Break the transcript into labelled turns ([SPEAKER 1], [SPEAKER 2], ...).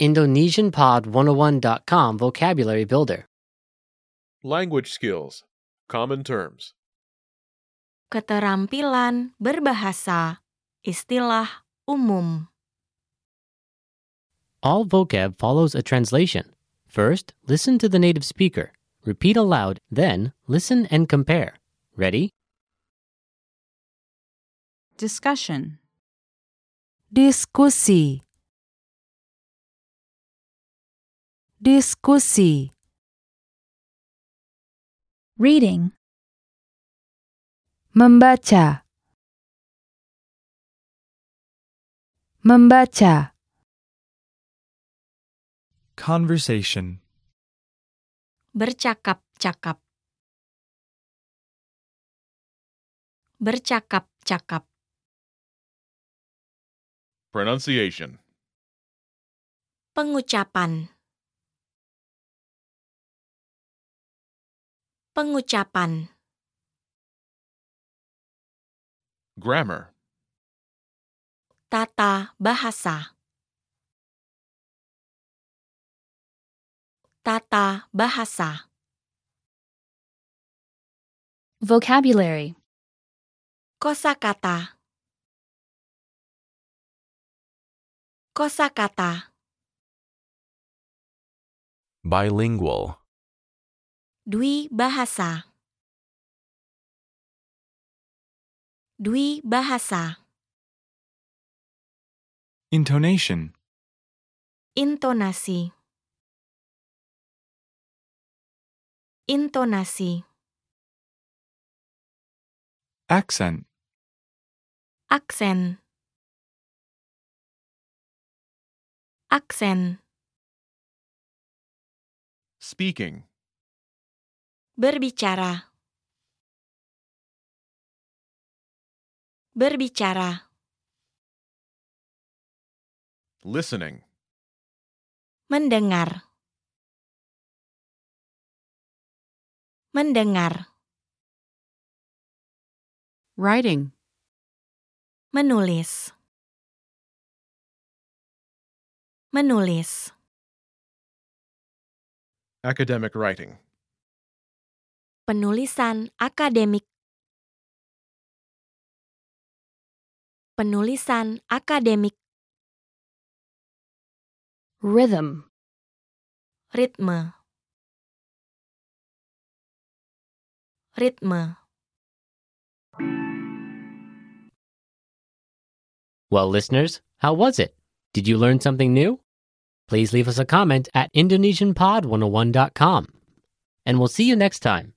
[SPEAKER 1] IndonesianPod101.com Vocabulary Builder.
[SPEAKER 2] Language skills. Common terms.
[SPEAKER 3] Keterampilan berbahasa, istilah umum.
[SPEAKER 1] All vocab follows a translation. First, listen to the native speaker. Repeat aloud, then, listen and compare. Ready?
[SPEAKER 4] Discussion.
[SPEAKER 5] Diskusi. Diskusi.
[SPEAKER 6] Reading.
[SPEAKER 5] Membaca. Membaca.
[SPEAKER 7] Conversation.
[SPEAKER 3] Bercakap-cakap. Bercakap-cakap.
[SPEAKER 2] Pronunciation.
[SPEAKER 3] Pengucapan. Pengucapan.
[SPEAKER 2] Grammar.
[SPEAKER 3] Tata bahasa. Tata bahasa.
[SPEAKER 6] Vocabulary.
[SPEAKER 3] Kosakata. Kosakata.
[SPEAKER 8] Bilingual.
[SPEAKER 3] Dwi bahasa. Dwi bahasa.
[SPEAKER 7] Intonation.
[SPEAKER 3] Intonasi. Intonasi.
[SPEAKER 7] Accent.
[SPEAKER 3] Aksen. Aksen.
[SPEAKER 2] Speaking.
[SPEAKER 3] Berbicara. Berbicara.
[SPEAKER 2] Listening.
[SPEAKER 3] Mendengar. Mendengar.
[SPEAKER 4] Writing.
[SPEAKER 3] Menulis. Menulis.
[SPEAKER 2] Academic writing.
[SPEAKER 3] Penulisan akademik. Penulisan akademik.
[SPEAKER 6] Rhythm.
[SPEAKER 3] Ritme. Ritme.
[SPEAKER 1] Well, listeners, how was it? Did you learn something new? oh Please leave us a comment at IndonesianPod101.com. And we'll see you next time.